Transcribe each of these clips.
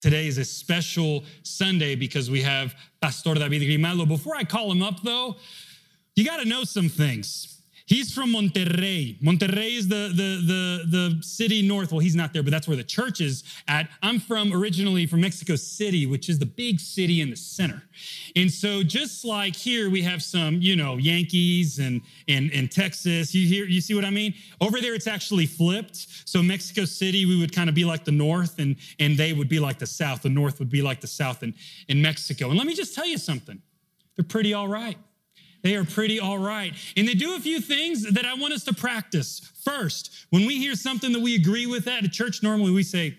Today is a special Sunday because we have Pastor David Grimaldo. Before I call him up, though, you got to know some things. He's from Monterrey. Monterrey is the, the, the, the city north. Well, he's not there, but that's where the church is at. I'm from originally from Mexico City, which is the big city in the center. And so just like here, we have some, you know, Yankees and and, and Texas. You hear you see what I mean? Over there, it's actually flipped. So Mexico City, we would kind of be like the north, and and they would be like the south. The north would be like the south in, in Mexico. And let me just tell you something. They're pretty all right. They are pretty all right. And they do a few things that I want us to practice. First, when we hear something that we agree with at a church, normally we say,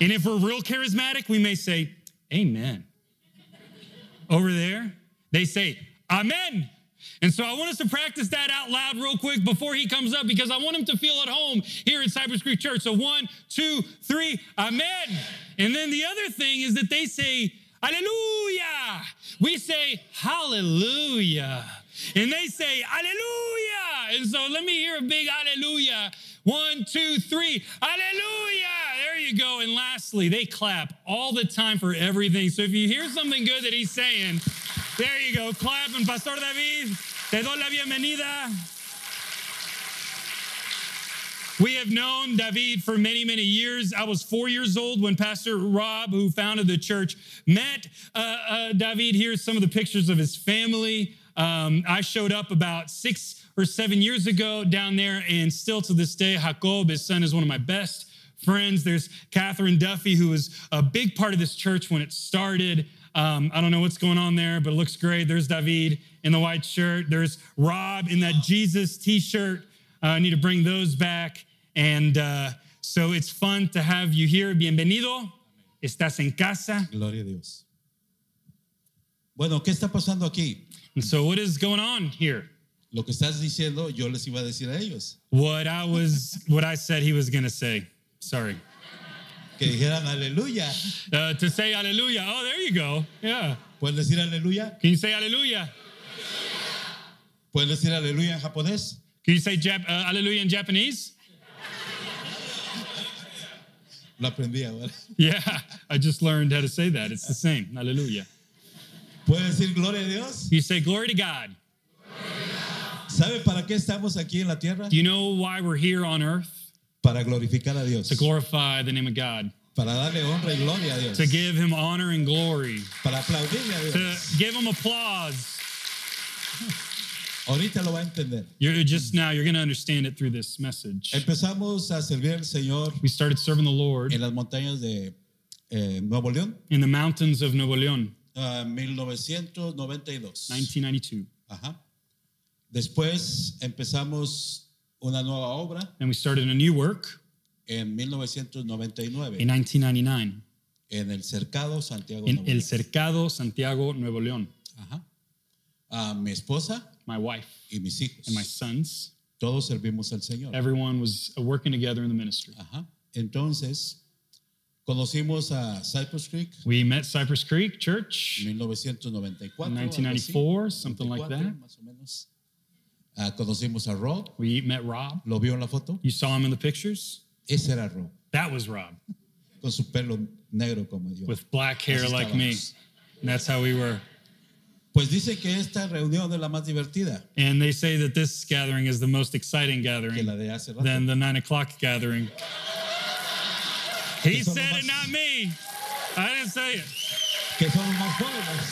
and if we're real charismatic, we may say, Amen. Over there, they say, Amen. And so I want us to practice that out loud real quick before he comes up because I want him to feel at home here at Cypress Creek Church. So one, two, three, amen. And then the other thing is that they say, Hallelujah. We say hallelujah. And they say hallelujah. And so let me hear a big hallelujah. One, two, three. Hallelujah. There you go. And lastly, they clap all the time for everything. So if you hear something good that he's saying, there you go. Clap. And Pastor David, te doy la bienvenida. We have known David for many, many years. I was four years old when Pastor Rob, who founded the church, met uh, uh, David. Here's some of the pictures of his family. Um, I showed up about six or seven years ago down there, and still to this day, Jacob, his son, is one of my best friends. There's Catherine Duffy, who was a big part of this church when it started. Um, I don't know what's going on there, but it looks great. There's David in the white shirt. There's Rob in that Jesus t shirt. Uh, I need to bring those back. And uh, so it's fun to have you here. Bienvenido. Estás en casa. Gloria a Dios. Bueno, ¿qué está pasando aquí? And so, what is going on here? Lo que estás diciendo, yo les iba a decir a ellos. What I was, what I said he was going to say. Sorry. Que dijeran aleluya. Uh, to say hallelujah. Oh, there you go. Yeah. ¿Puedes decir aleluya? Can you say hallelujah? ¿Puedes decir aleluya en japonés? Can you say Jap- uh, hallelujah in Japanese? Lo aprendí ahora. Yeah. I just learned how to say that. It's the same. Hallelujah. ¿Puedes decir gloria a Dios? You say glory to God. ¿Sabe para qué estamos aquí en la tierra? Do you know why we're here on earth? Para glorificar a Dios. To glorify the name of God, Para darle honra y gloria a Dios. to give him honor and glory, Para aplaudirle a to Dios. Uh, give him applause. Ahorita lo va a entender. You're just now, you're going to understand it through this message. Empezamos a servir al Señor We started serving the Lord en las montañas de eh, Nuevo León, in the mountains of Nuevo León, ah, 1992. 1992. Ajá. Después empezamos una nueva obra And we started a new work en 1999 in 1999 en el Cercado Santiago. in Nuevo El León. Cercado, Santiago, Nuevo León. Ajá. A mi esposa My wife y mis hijos. and my sons, Todos servimos al Señor. everyone was uh, working together in the ministry. Ajá. Entonces conocimos a Cypress Creek We met Cypress Creek Church. 1994. algo así. 1994, something like 94, that. Más o menos. Ah, conocimos a Rob. We met Rob. ¿Lo vio en la foto? You saw him in the pictures? Ese era Rob, That was Rob con su pelo negro como yo. with black hair Así like me. estábamos. And that's how we were. Pues dice que esta reunión es la más divertida And they say that this gathering is the most exciting que gathering la de hace rato. than the nine o'clock gathering. He Eso said nomás- it, not me. I didn't say it. que son los más jóvenes.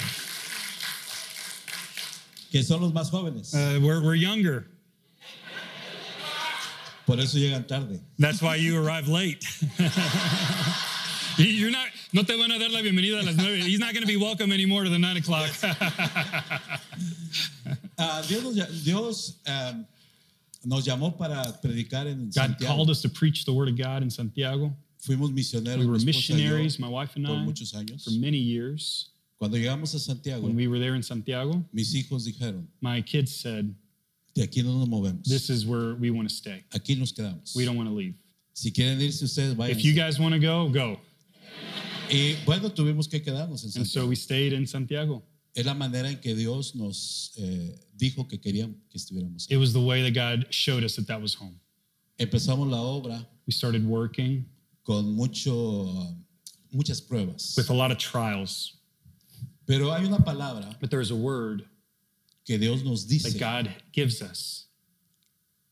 Que son los más jóvenes. Uh, we're, we're younger. Por eso llegan tarde. That's why you arrive late. You- You're not, no te van a dar la bienvenida a las nueve. He's not going to be welcome anymore to the nine o'clock. Ah, Dios, nos, ll- Dios, ah, nos llamó para predicar en God Santiago. called us to preach the word of God in Santiago. Fuimos misioneros We were mi esposa y yo, missionaries, my wife and por I, muchos años. for many years. Cuando llegamos a Santiago, When we were there in Santiago, mis hijos dijeron, my kids said, de aquí no nos movemos. This is where we want to stay. aquí nos quedamos. We don't want to leave. Si quieren irse ustedes, vayan. If you guys want to go, go. Y bueno, tuvimos que quedarnos en And Santiago. so we stayed in Santiago. es la manera en que Dios nos eh, dijo que querían que estuviéramos. It was the way that God showed us that that was home. Empezamos la obra We started working con mucho, muchas pruebas. with a lot of trials. Pero hay una palabra But there is a word que Dios nos that dice God gives us.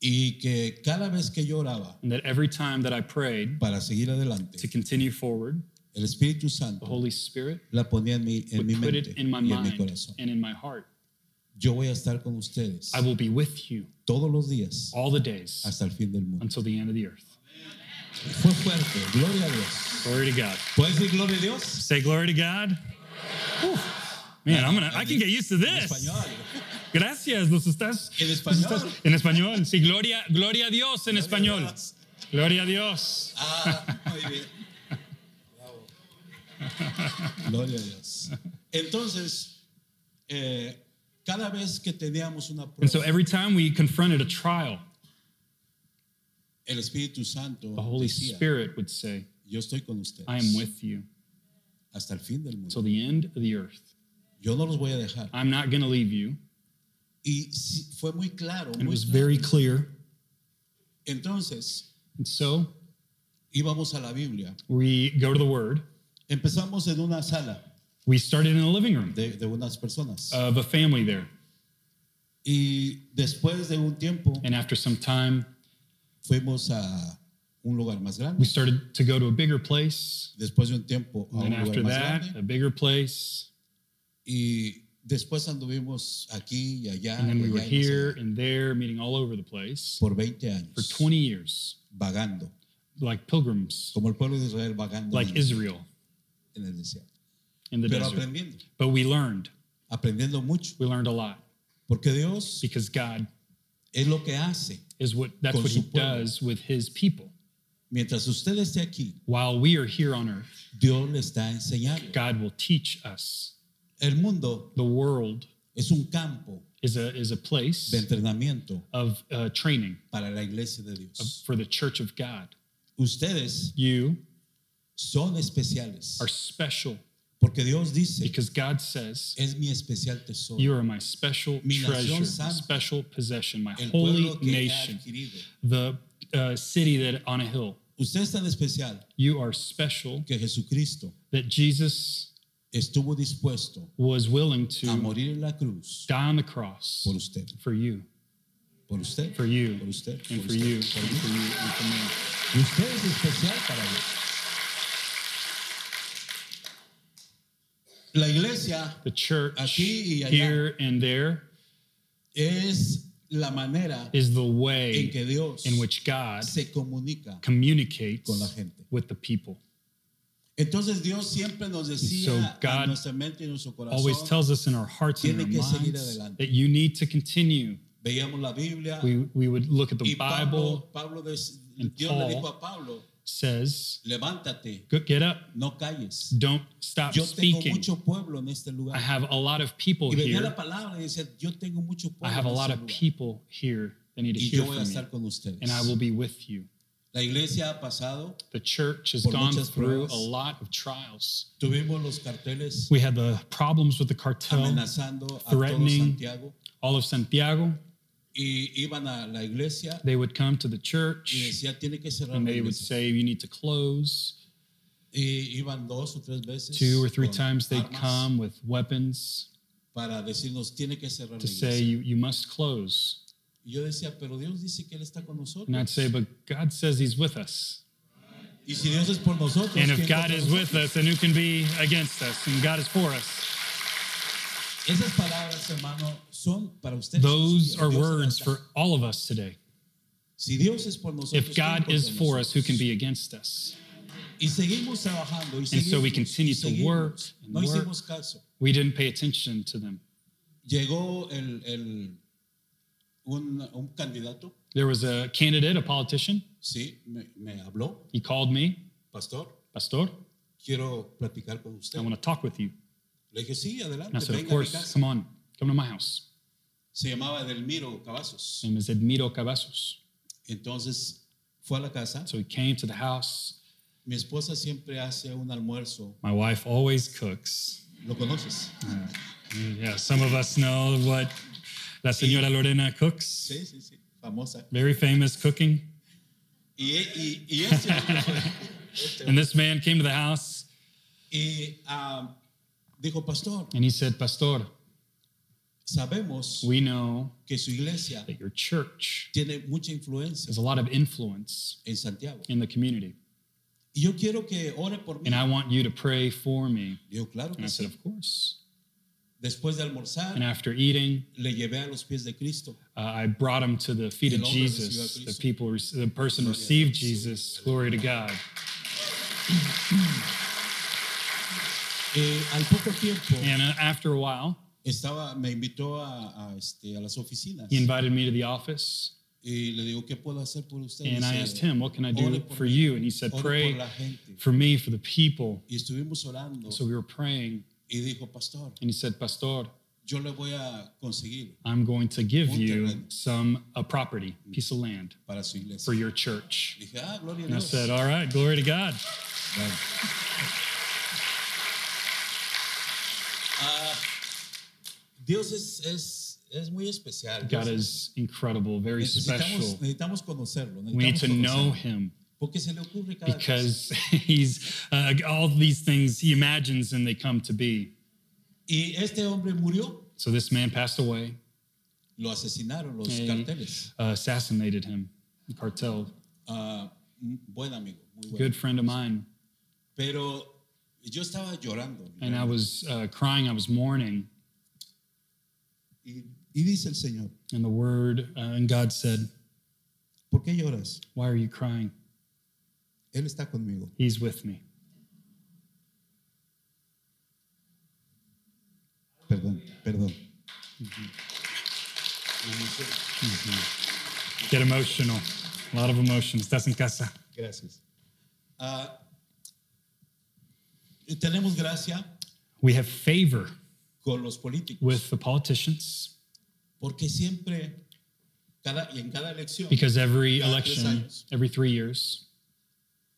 y que cada vez que yo oraba And that every time that I prayed para seguir to adelante, continue forward, el Espíritu the Santo Holy Spirit la ponía en mi, en would mi put it mente in my y en mi mind corazón. and in my heart. Yo voy a estar con ustedes I will be with you todos los días all the days hasta el fin del mundo. until the end of the earth. Fue fuerte, gloria a Dios. Glory to God. ¿Puedes decir gloria a Dios? Say glory to God. Whew. Man, I'm gonna. I can get used to En this. español. Gracias. Los estás. En los español. estás- en español. Sí, gloria, gloria a Dios en español. Dios. Gloria a Dios. Ah, muy bien. Bravo. Gloria a Dios. Entonces, eh, cada vez que teníamos una And so prueba, every time we confronted a trial, el Espíritu Santo the Holy decía, Spirit would say, yo estoy con ustedes I am with you hasta el fin del mundo. till the end of the earth. Yo no los voy a dejar. I'm not going to leave you. Y sí, fue muy claro. And it muy was claro. very clear. Entonces, And so íbamos a la Biblia. we go to the Word. Empezamos en una sala We started in the living room de, de unas personas. of a family there. y después de un tiempo, And after some time, fuimos a un lugar más we grande. started to go to a bigger place. Después de un tiempo, a And un then after lugar más that, grande. a bigger place. Y después anduvimos aquí y allá, And then we y were allá y más here allá, and there, meeting all over the place por 20 años, for 20 years, vagando, like pilgrims, como el pueblo de Israel vagando like en, Israel en el desierto. in the Pero desert. aprendiendo, But we learned. aprendiendo mucho, We learned a lot porque Dios because God es lo que hace. is what that's Con what He su pueblo. does with His people. Mientras usted esté aquí, While we are here on earth, Dios le está enseñando. God will teach us. El mundo The world es un campo is a is a de place entrenamiento of uh, training para la iglesia de Dios. for the church of God. Ustedes You son especiales, are special porque Dios dice, because God says es mi especial tesoro. You are my special Mi nación treasure, my santa. special possession, my el holy pueblo que he nation, adquirido. the uh, city that on a hill. Usted es tan especial You are special que Jesucristo that Jesus estuvo dispuesto was willing a to morir en la cruz die on the cross por usted, for you, por usted, for you, por usted, por and for usted, you, and por for mí. you, and for me. Y usted es especial para Dios. La iglesia The church Aquí y allá. here and there es la manera is the en que way Dios in which God se comunica. communicates Con la gente. with the people. Entonces Dios siempre nos So decía God en nuestra mente y en nuestro Always corazón. tells us in our hearts and our Tiene que seguir minds adelante. that you need to continue Veíamos la Biblia we, we would look at the y Bible Pablo, Pablo de- and Dios Paul le dijo a Pablo, says, levántate, "Go- get up, no calles. don't stop Yo tengo speaking. mucho pueblo en este I lugar. have a lot of people Y venía here. la palabra y decía, yo tengo mucho I pueblo have a en lot este of lugar. people here that need to y hear yo voy a from me, estar con ustedes. and I will be with you. La iglesia ha pasado, The church has Por gone muchas through pruebas. a lot of trials. tuvimos los carteles We had the problems with the cartel, amenazando a todo threatening. Santiago all of Santiago. y iban a la iglesia They would come to the y church decía tiene que cerrar and la they would iglesia. say, You need to close. Y iban dos o tres veces Two or three con times they'd armas come with weapons para decirnos tiene que cerrar to la say, iglesia. You, you must close. Y yo decía, pero Dios dice que él está con And I'd nosotros. say, but God says He's with us. Y si Dios es por nosotros, And ¿quién if God contra is with nosotros? us, then who can be against us? And God is for us. Esas palabras, hermano, son para ustedes. Those Dios are está words acá. for all of us today. Si Dios es por nosotros, If ¿quién God contra is for us, who nosotros? can be against us? Y seguimos trabajando. Y seguimos, so we continue y to seguimos. work and No work. hicimos caso. We didn't pay attention to them. Llegó el, el- un, un candidato, There was a candidate, a politician. sí, me, me habló, He called me, pastor, Pastor, quiero platicar con usted. I want to talk with you. Le dije, sí, And I said, adelante, Of venga a mi course, casa. come on, come to my house. Se llamaba Edelmiro Cavazos. His name is Edmiro Cavazos. Entonces fue a la casa. So he came to the house. Mi esposa siempre hace un almuerzo. My wife always cooks. ¿Lo conoces? Yeah, some of us know what La Señora Lorena cooks. Sí, sí, sí, famosa. Very famous cooking. Y, y, y ese- And this man came to the house Y ah, dijo, pastor, and he said, Pastor, sabemos we know que su iglesia that your church tiene mucha influencia has a lot of influence en Santiago. in the community. Y yo quiero que ore por mí. And I want you to pray for me. Digo, claro And I que said, sí. Of course. Después de And almorzar, after eating, le llevé a los pies de Cristo. uh, I brought him to the feet El of hombre Jesus. recibió a The Cristo. people, rec- the person Gloria a received Dios. Jesus. Glory to God. Eh, al poco tiempo, And uh, after a while, estaba, me invitó a, a, este, a las oficinas. he invited me to the office, Y le digo, ¿qué puedo hacer por usted? and I Dice, asked him, "What can I "Ore do por for mí, you?" And he said, ore "Pray por la gente. for me, for the people." Y estuvimos orando. So we were praying, y dijo, pastor, and he said, "Pastor, yo le voy a conseguir I'm going to give Un you terreno. some a property, piece of land para su iglesia. for your church." Dije, ah, gloria a And I Dios. said, "All right, glory to God." Bueno. Ah, Dios es, es, es muy especial. God Dios- is incredible, very necesitamos, special. necesitamos conocerlo. We need to Necesitamos know conocerlo. Him. Porque se le ocurre cada cosa. because he's uh, all these things he imagines and they come to be. Y este hombre murió, So this man passed away, lo asesinaron los Eh. carteles. uh, assassinated him, cartel, Ah, un buen amigo, muy bueno. good friend of mine, Pero yo estaba llorando. and I was uh, crying, I was mourning, Y, y dice el Señor, and the word uh, and God said, ¿por qué lloras? "Why are you crying? Él está conmigo. He's with me." Perdón, perdón. Mm-hmm. Get emotional, a lot of emotions. Estás en casa. Gracias. Ah, y tenemos gracia We have favor con los políticos, with the politicians porque siempre, cada, y en cada elección, because every Cada tres election, años. every three years,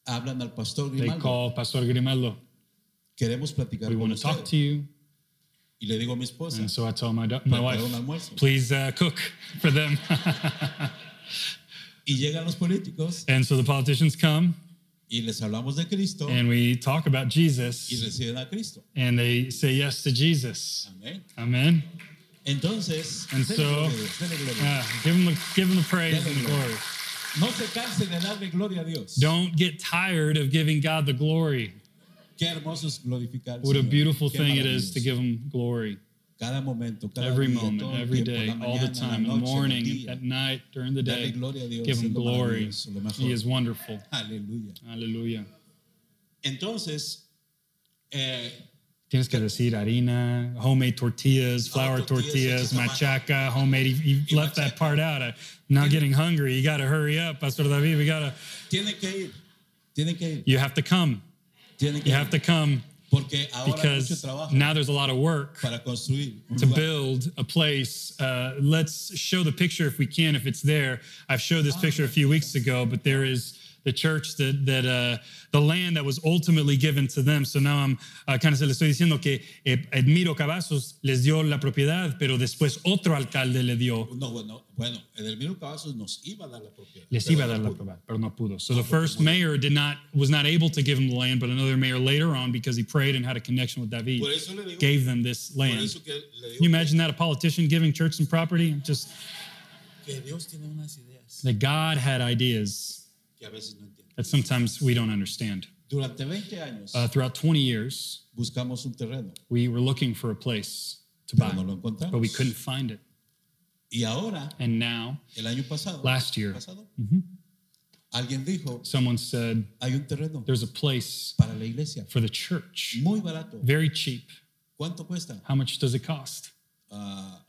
hablan al pastor they Grimaldo. call Pastor Grimaldo. Queremos platicar We con want to talk usted. to you. Y le digo a mi esposa, And so I told my, do- my wife, un almuerzo. please uh, cook for them. Y llegan los políticos and so the politicians come y les hablamos de Cristo and we talk about y Jesus reciben a Cristo. and they say yes to Jesus. Amén. Amen. Entonces, And dele so- uh, gloria a Dios, dele gloria a Yeah, Dios. give, them the, give them the praise and the glory. no se canse de darle gloria a Dios. Don't get tired of giving God the glory. Qué hermoso es glorificar. al What a Señor. beautiful Qué thing it is to maravilloso. give Him glory. Cada momento, cada Every día, moment, todo el every tiempo, day, la all the mañana, time, in la the noche, en el morning, día. at night, during the Dale day. gloria a Dios, Give es Him lo glory. maravilloso, lo mejor. He is wonderful. Aleluya. Hallelujah. Entonces, eh, Tienes que decir harina, homemade tortillas, flour Oh, tortillas, tortillas hechas machaca, homemade. You you Y left that machaca. part out. I'm now getting hungry. You got to hurry up, Pastor David. We got to, tiene que ir, tiene que ir, you have to come. tiene que You ir, have to come porque ahora hay mucho because trabajo now there's a lot of work para construir un to lugar. build a place. Uh, let's show the picture if we can, if it's there. I've showed this picture a few weeks ago, but there is the church that that uh, the land that was ultimately given to them. So now I'm uh, kind of se le estoy diciendo que eh, Edmiro Cavazos les dio la propiedad, pero después otro alcalde le dio. No, bueno, bueno, Edelmiro Cavazos nos iba a dar la propiedad. Les pero iba a dar no la pudo. propiedad, pero no pudo. So the first mayor did not was not able to give him the land, but another mayor later on, because he prayed and had a connection with David, Por eso le digo- gave them this Por land. eso que le Can you digo imagine that a politician giving church some property? Just que Dios tiene unas ideas that God had ideas que a veces no entiendo. that sometimes we don't understand. Durante 20 años Uh, throughout 20 years, buscamos un terreno, we were looking for a place to pero buy, no lo encontramos. but we couldn't find it. Y ahora, And now el año pasado, Last year. Mm-hmm. pasado, alguien dijo, someone said, hay un terreno There's a place para la iglesia, for the church, muy barato. very cheap. ¿Cuánto cuesta? How much does it cost? Ah,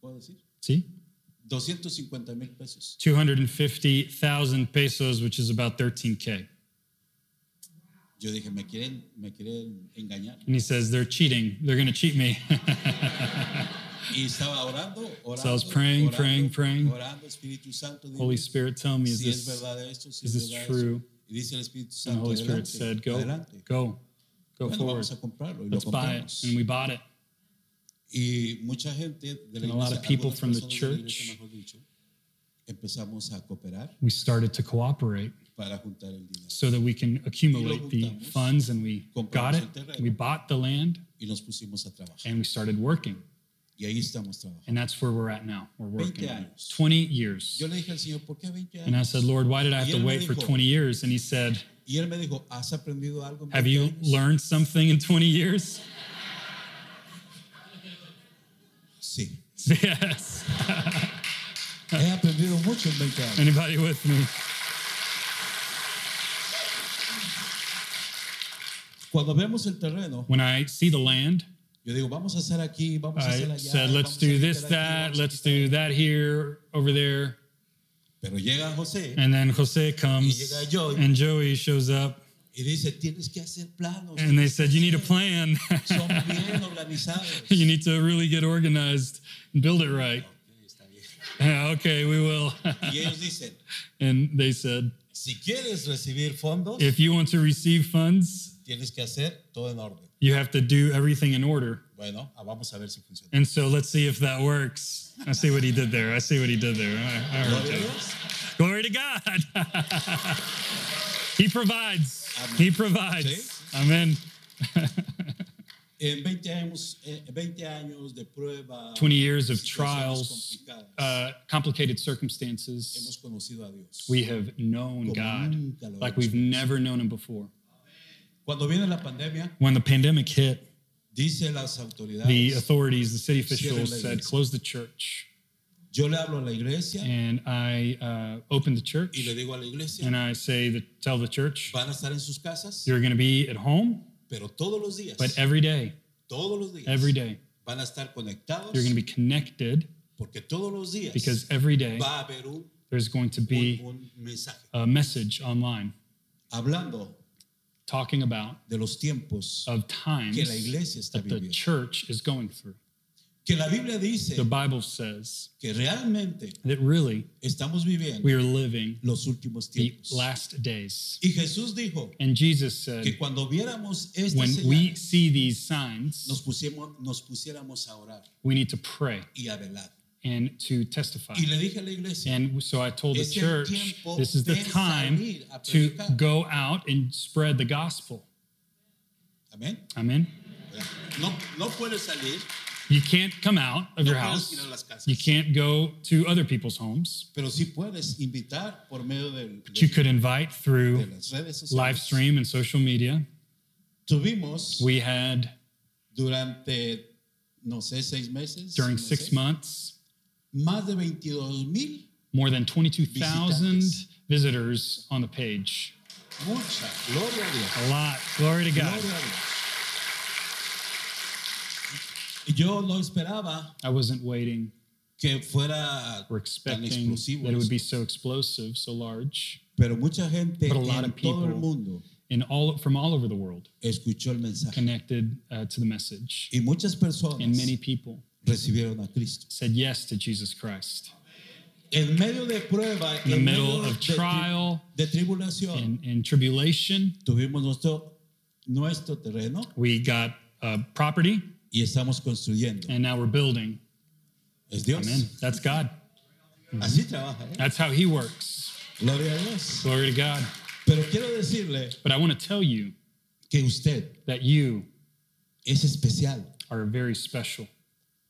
¿Puedo decir? See? 250 mil pesos. 250,000 pesos, which is about 13K. Yo dije, me quieren, me quieren engañar. And he says, They're cheating. They're going to cheat me. Y estaba orando, orando, So I was praying, orando, praying, praying. orando, Espíritu Santo, dime Holy Spirit, tell me, is si es this. verdad esto, si is es this verdad true? esto. Y dice el Espíritu And the Santo, Holy Spirit adelante, said, Go, adelante. go, go Bueno, forward. vamos a comprarlo y Let's lo buy it. compramos. And we bought it. Y mucha gente de la And a lot iglesia, of people algunas from the personas de la iglesia, church. mejor dicho, empezamos a cooperar We started to cooperate para juntar el dinero. so that we can accumulate the juntamos, funds. And we compramos got it. el terreno. We bought the land Y nos pusimos a trabajar. and we started working. Y ahí estamos trabajando. And that's where we're at now. We're working. 20 años. 20 years. Yo le dije al Señor, ¿por qué 20 And I años? said, Lord, why did I have Y to él me wait for dijo, 20 years? And he said, Y él me dijo, ¿has aprendido algo? en Have 20 you años?" learned something in 20 years? Sí. Yes. He aprendido mucho en 20 años. Anybody with me? Cuando vemos el terreno, When I see the land, yo digo, vamos a hacer aquí, vamos a hacer I allá. said, let's vamos a do quitar this, aquí, that, vamos a let's quitar do allá". that here, over there. Pero llega José And then Jose comes llega Joey. and Joey shows up y dice, tienes que hacer planos. and they said, You need a plan. Son bien organizados. you need to really get organized and build it right. Está bien. Yeah, okay, we will. Y ellos dicen, and they said, si quieres recibir fondos, If you want to receive funds, tienes que hacer todo en orden. you have to do everything in order. Bueno, ah, vamos a ver si funciona. And so let's see if that works. I see what he did there. I see what he did there. All right, all right, Gloria a Joey. Dios. Glory to God. he provides. Amen. He provides. Amen. En 20 años, eh, 20 años de prueba, 20 years of situaciones trials, complicadas, uh, complicated hemos circumstances. conocido a Dios. We have known Como God nunca lo like we've never known Him before. Cuando viene la pandemia, When the pandemic hit, dice las the autoridades, authorities, the city Cierren la officials said, iglesia. close the church. yo le hablo a la iglesia And I uh, opened the y church le digo a la iglesia, Eh, and I say, that, tell the church, van a estar en sus casas, you're going to be at home, pero todos los días, but every day, todos los días, every day, van a estar conectados, you're going to be connected porque todos los días because every day va a haber un, there's going to un- be un mensaje. a message online Hablando talking about de los tiempos of times que la iglesia está that the viviendo. church is going through. Que la Biblia dice The Bible says que realmente that really estamos viviendo we are living los últimos the tiempos. last days. Y Jesús dijo And Jesus que said, cuando viéramos estas when we señales, see these nos, signs, pusiéramos, nos pusiéramos a orar we need to pray y a velar. and to testify. Y le dije a la iglesia, And so I told the Es el church, tiempo this is the de time salir a to predicar." go out and spread the gospel. amén. Amen. No, no puedes salir, You can't come out of No your puedes house. ir a las casas. You can't go to other people's homes. pero sí puedes invitar por medio del, But you de, could invite de through las redes live sociales. stream and social media. Tuvimos We had durante, no sé, seis meses, during no six sé, months más de 22 mil, more than 22,000 Visitantes. visitors on the page. mucha, gloria a Dios. A lot. Glory to God. Gloria a Dios. Yo no esperaba I wasn't waiting. que fuera We're tan expecting explosivo, that it would be esto. so explosive, so large. pero mucha gente But a lot en of todo el people- mundo in all from all over the world escuchó el mensaje connected uh, to the message y muchas personas and many people recibieron a Cristo. said yes to jesus christ En medio de prueba, in the en middle medio of de, tri- trial de tribulación, and, and tribulation tuvimos nuestro nuestro terreno we got uh, property y estamos construyendo. and now we're building Es Dios. amen that's god Así trabaja. ¿eh? that's how he works Gloria a Dios. glory to god Pero quiero decirle but i want to tell you que usted that you es especial. are very special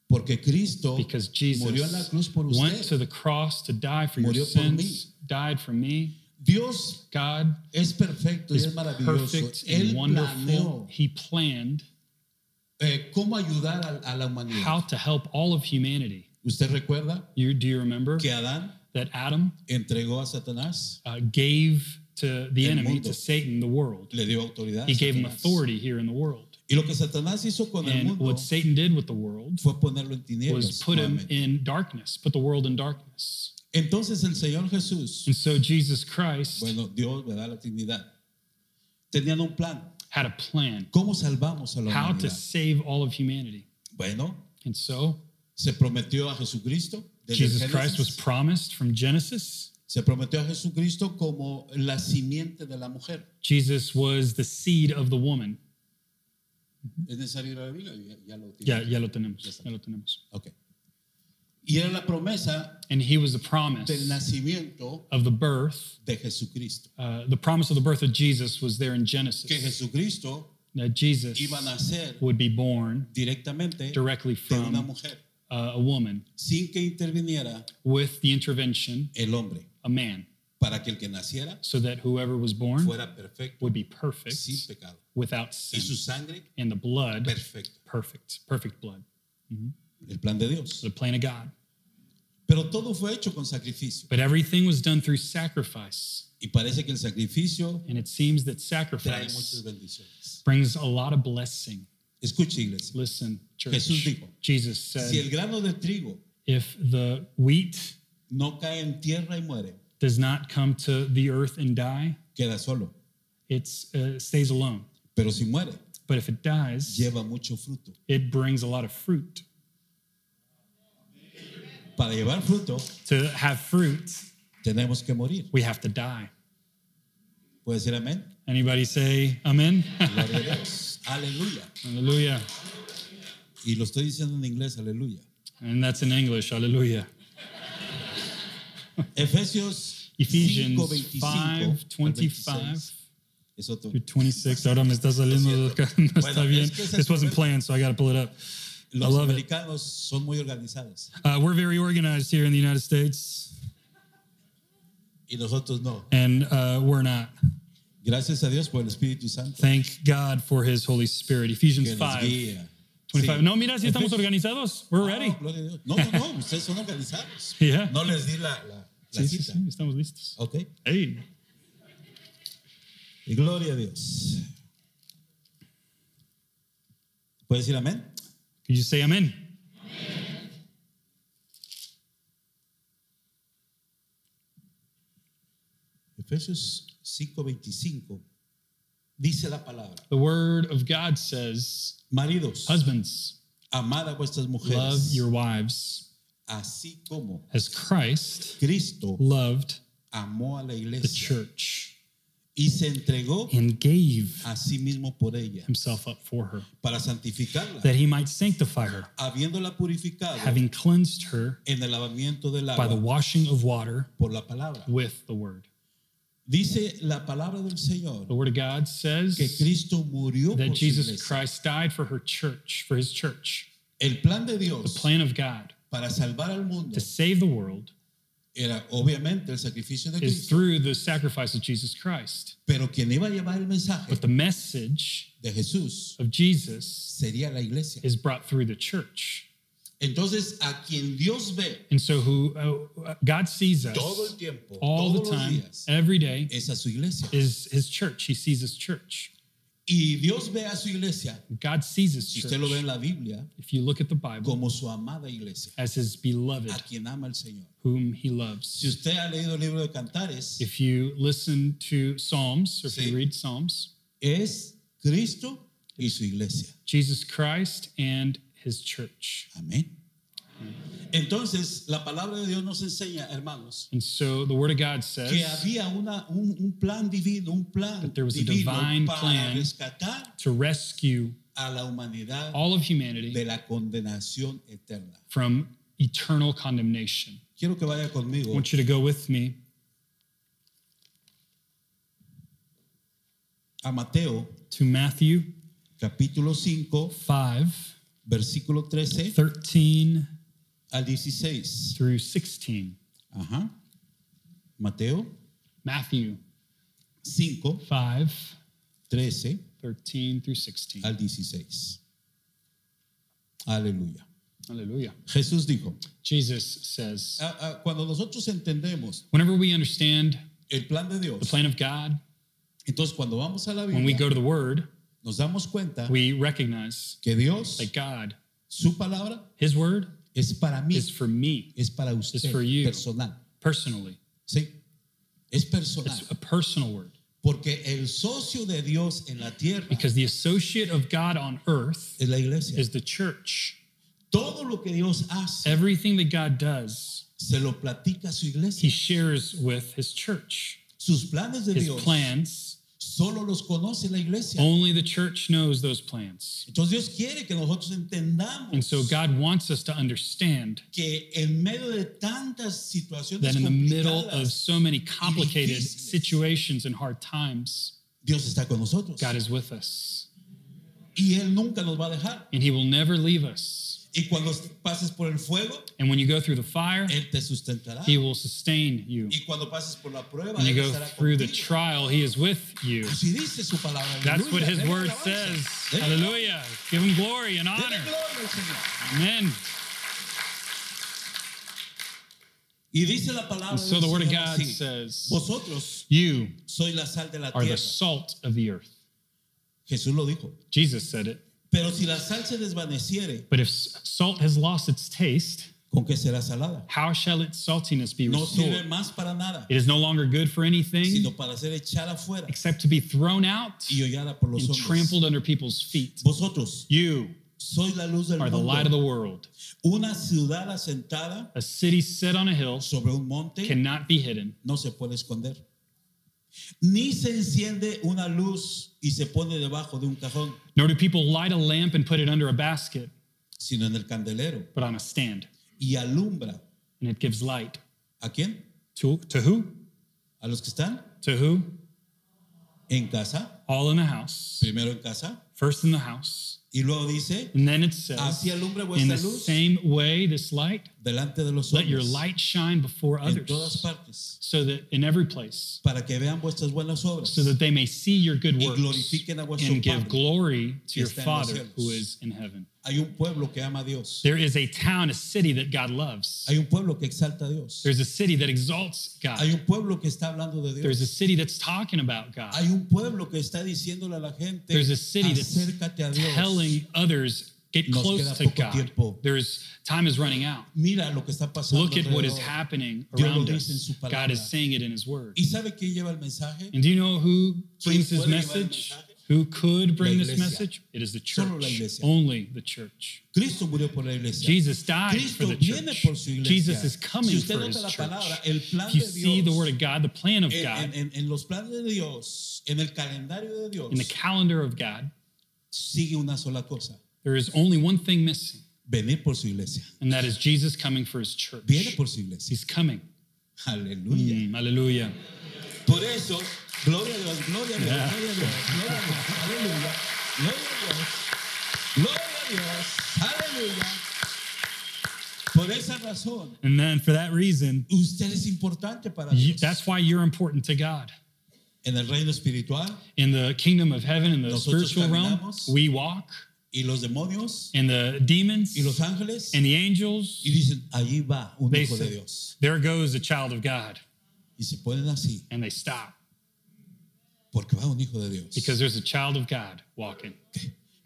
Porque Cristo because murió en la jesus cruz por went to usted. the cross to die for your Murió por mí. sins died for me Dios god es perfecto y is es maravilloso. perfect Él and planeó wonderful. He planned eh, cómo ayudar a, a la humanidad. how to help all of humanity. ¿Usted recuerda You, do you remember que Adán that Adam entregó a Satanás? uh, gave to the El enemy, mundo. to Satan, the world? Le dio autoridad. a He gave him Satanás. authority here in the world. Y lo que Satanás hizo con el And mundo what Satan did with the world fue ponerlo en was tinieblas. put him nuevamente. in darkness, put the world in darkness. Entonces el Señor Jesús, And so Jesus Christ bueno, Dios, ¿verdad? La Trinidad, tenían un plan. had a plan ¿Cómo salvamos a la how to humanidad? save all of humanity. Bueno, And so se prometió a Jesucristo. desde el Jesus Christ Génesis. was promised from Genesis Se prometió a Jesucristo como la simiente de la mujer. Jesus was the seed of the woman. ¿Es necesario ir a la Biblia? Ya, ya lo tiene. Ya, ya lo tenemos, ya lo tenemos. Ok. Y era la promesa and he was the del promise nacimiento of the birth. de Jesucristo. Uh, the promise of the birth of Jesus was there in Que Genesis Jesucristo that Jesus iba a nacer would be born directamente directly de una from mujer, uh, a woman sin que interviniera with the intervention el hombre, a man, para que el que naciera so that whoever was born fuera perfecto, would be perfect sin pecado. without Y su sin, sangre, and the blood perfecta. perfect, perfect blood, El plan de Dios. the plan of God. Pero todo fue hecho con sacrificio. But everything was done through sacrifice, Y parece que el sacrificio and it seems that trae muchas sacrifice bendiciones. brings a lot of blessing. Escuche, iglesia. Listen, church. Jesús dijo, Jesus Si said, el grano de trigo if the wheat no cae en tierra y muere, does not come to the earth and die, queda solo. it uh, stays alone. Pero si muere, But if it dies, lleva mucho fruto. it brings a lot of fruit. Para llevar fruto, To have fruit, tenemos que morir. we have to die. ¿Puede decir amén? Anybody say amen? Gloria a Dios. Aleluya. Hallelujah. Y lo estoy diciendo en inglés, aleluya. And that's in English. Hallelujah. Efesios 5, Ephesians 25. 5 25 Es otro. through 26. Ahora me está saliendo de acá. No está Bueno, bien. es que es el This wasn't problema. planned, so I got to pull it up. I Los love it. americanos son muy organizados Uh, we're very organized here in the United States, y nosotros no. and uh, we're not. Gracias a Dios por el Espíritu Santo Thank God for his Holy Spirit. Ephesians que nos 5 guía. 25. Sí. No, mira, si estamos Efe- organizados. We're Ah, ready. gloria a Dios. No, no, no, ustedes son organizados. Yeah. No les di la, la, la Sí, sí, cita. sí, estamos listos. Ok. Hey. Y gloria a Dios. ¿Puedes decir amén? Could you say amen? Efesios 5:25 dice la palabra. The word of God says, Maridos, Husbands, amad a vuestras love mujeres, your wives así como as Christ Cristo loved amó a la the iglesia church y se entregó and gave a sí mismo por ella himself up for her, para santificarla, that he might sanctify her, habiéndola purificado having cleansed her en el lavamiento del by the agua washing of water por la palabra. with the word. Dice la palabra del Señor The word of God que says Cristo murió that por su Jesus iglesia. Christ died for her church, for his church. El plan de The Dios plan of God para salvar al mundo to save the world era obviamente el sacrificio de is Cristo, through the sacrifice of Jesus Christ. pero quien iba a llevar el mensaje But the message de Jesús of Jesus sería la iglesia. is brought through the church. Entonces, a quien Dios ve And so who uh, God sees todo el us tiempo, all todos the los time, días, every day es a su iglesia. is his church. He sees his church. Y Dios ve a su iglesia, God sees his si usted lo ve church. en la Biblia, If you look at the Bible como su amada iglesia, as his a beloved quien ama el Señor. whom he Si loves. usted ha leído el libro de Cantares, If you listen to Psalms or if Sí. you read Psalms, es Cristo y su iglesia. Jesus Christ and his church. Amén. Entonces, la palabra de Dios nos enseña, hermanos, And so the word of God que says había una, un, un plan divino, un plan That there was a divino divine para plan. rescatar to rescue a la humanidad all of humanity de la condenación eterna. from eternal condemnation. Quiero que vaya I conmigo want you to go with me a Mateo to Matthew capítulo 5, 5, versículo 13 13 al 16. through 16. Ajá. Mateo Matthew 5, 5, 13 13 through 16. al 16. Aleluya. Hallelujah. Jesús dijo, Jesus says, Ah, ah, cuando nosotros entendemos whenever we understand el plan de the Dios, plan of God, entonces cuando vamos a la when we Biblia, go to the word, nos damos cuenta Oh we recognize que Dios, that God, su palabra, his word es para mí, is for me es para usted, for you. personal. personally. ¿Sí? Es personal. It's a personal word Porque el socio de Dios en la tierra because the associate of God on earth es la iglesia. is the church. Todo lo que Dios hace Everything that God does, se lo platica a su he iglesia. shares with his church. Sus planes de His Dios, plans, Solo los conoce la iglesia. Only the church knows those plans. Entonces Dios quiere que nosotros entendamos And so God wants us to understand que en medio de tantas that situaciones in the middle of complicadas, so many complicated difíciles. situations and hard times, Dios está con nosotros. God is with us. Y Él nunca nos va a dejar. And He will never leave us. Y cuando pases por el fuego, And when you go through the fire, Él te sustentará. He will sustain you. Y cuando pases por la prueba, When you go Él estará through the contigo. trial, He is with you. Así dice su palabra. That's Aleluya. what His Denle word alabanza. says. Denle Hallelujah. Give Him glory and Denle honor. gloria al Señor. Amen. Y dice la palabra And so del the word of Señor God así, says, Vosotros You sois la sal de la are the tierra. salt of the earth. Jesús lo dijo. Jesus said it. Pero si la sal se desvaneciere, But if s- salt has lost its taste, ¿con qué será salada? how shall its saltiness be No sirve restored? más para nada, It is no longer good for anything sino para ser echada afuera except to be thrown out y hollada por los and hombres. trampled under people's feet. Vosotros You sois la luz del are the light of mundo. the world. Una ciudad asentada A city set on a hill sobre un monte cannot be hidden, no se puede esconder. Ni se enciende una luz y se pone debajo de un cajón, nor do people light a lamp and put it under a basket, sino en el candelero but on a stand. y alumbra. And it gives light. ¿A quién? To, to who? A los que están To who? en casa, All in the house. primero en casa, First in the house. y luego dice, And then it says, así alumbra in vuestra the luz same way, this light, delante de los let your hombres, light shine before en todas others, partes, so that in every place, para que vean vuestras buenas obras. so that they may see your good Y works glorifiquen a vuestro and give Padre glory to que your está en los Father cielos. who is in heaven. Hay un pueblo que ama a Dios. There is a town, a city that God loves. Hay un pueblo que exalta a Dios. There's a city that exalts Hay God. un pueblo que está hablando de There's Dios. a city that's talking about God. Hay un pueblo que está diciéndole a la gente, There's a city acércate a that's Dios. telling others, get Nos close queda to poco God. tiempo. There's time is running out. Mira lo que está pasando. Look at what is alrededor. happening Dios lo around dice en us. su palabra. God is saying it in His Word. ¿Y sabe quién lleva el mensaje? And do you know who brings this puede llevar el message? mensaje? Who could bring La this iglesia. message? It is the Solo la church. iglesia. Only the church. Cristo murió por la iglesia. Jesus died for Cristo the viene church. por su iglesia. Jesus is coming si usted for nota his la church. palabra, el plan If you de see Dios, the Word of God, the plan of en, God, en- en los planes de Dios, en el calendario de Dios, in the calendar of God, sigue una sola cosa, there is only one thing missing, venir por su iglesia. and that is Jesus coming for his Viene church. por su iglesia. He's coming. Aleluya. Mm, hallelujah. Por eso, gloria a Dios, gloria a Dios, gloria a Dios, gloria a Dios, aleluya, gloria a Dios, gloria a Dios, aleluya. Por esa razón, And then for that reason, usted es importante para you- Dios. that's why you're important to God. En el reino espiritual In the kingdom of heaven, in the Nosotros spiritual realm, caminamos. we walk, y los demonios and the demons y los ángeles and the angels, y dicen, allí va un they hijo de say, Dios. There goes a child of God. Y se ponen así, And they stop porque va un hijo de Dios. because there's a child of God walking,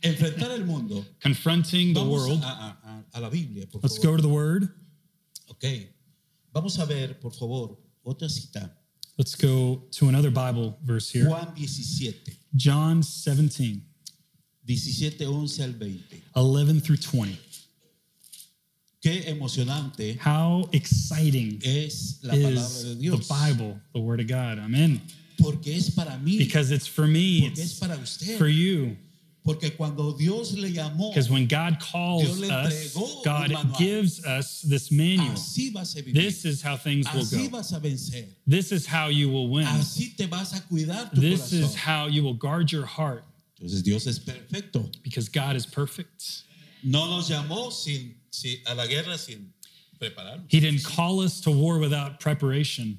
Enfrentar el mundo. confronting the Vamos world. a, a- a- a la Biblia, por Let's favor. go to the word. Ok. Vamos a ver, por favor, otra cita. Let's go to another Bible verse here. Juan 17, John 17, 17, 11 al 20. 11 through 20. Qué emocionante How exciting es la palabra de is the Dios. Bible, the word of God. Amen. Porque es para mí, Because it's for me, porque es it's para usted. for you. Porque cuando Dios le llamó, Because when God calls Dios le us, entregó un God manual. gives us this manual. así vas a vivir, This is how things will así go. vas a vencer, This is how you will win. así te vas a cuidar tu This is corazón. how you will guard your heart Entonces Dios es perfecto. because God is perfect. No nos llamó sin, sin- a la guerra sin prepararnos. He didn't call us to war without preparation.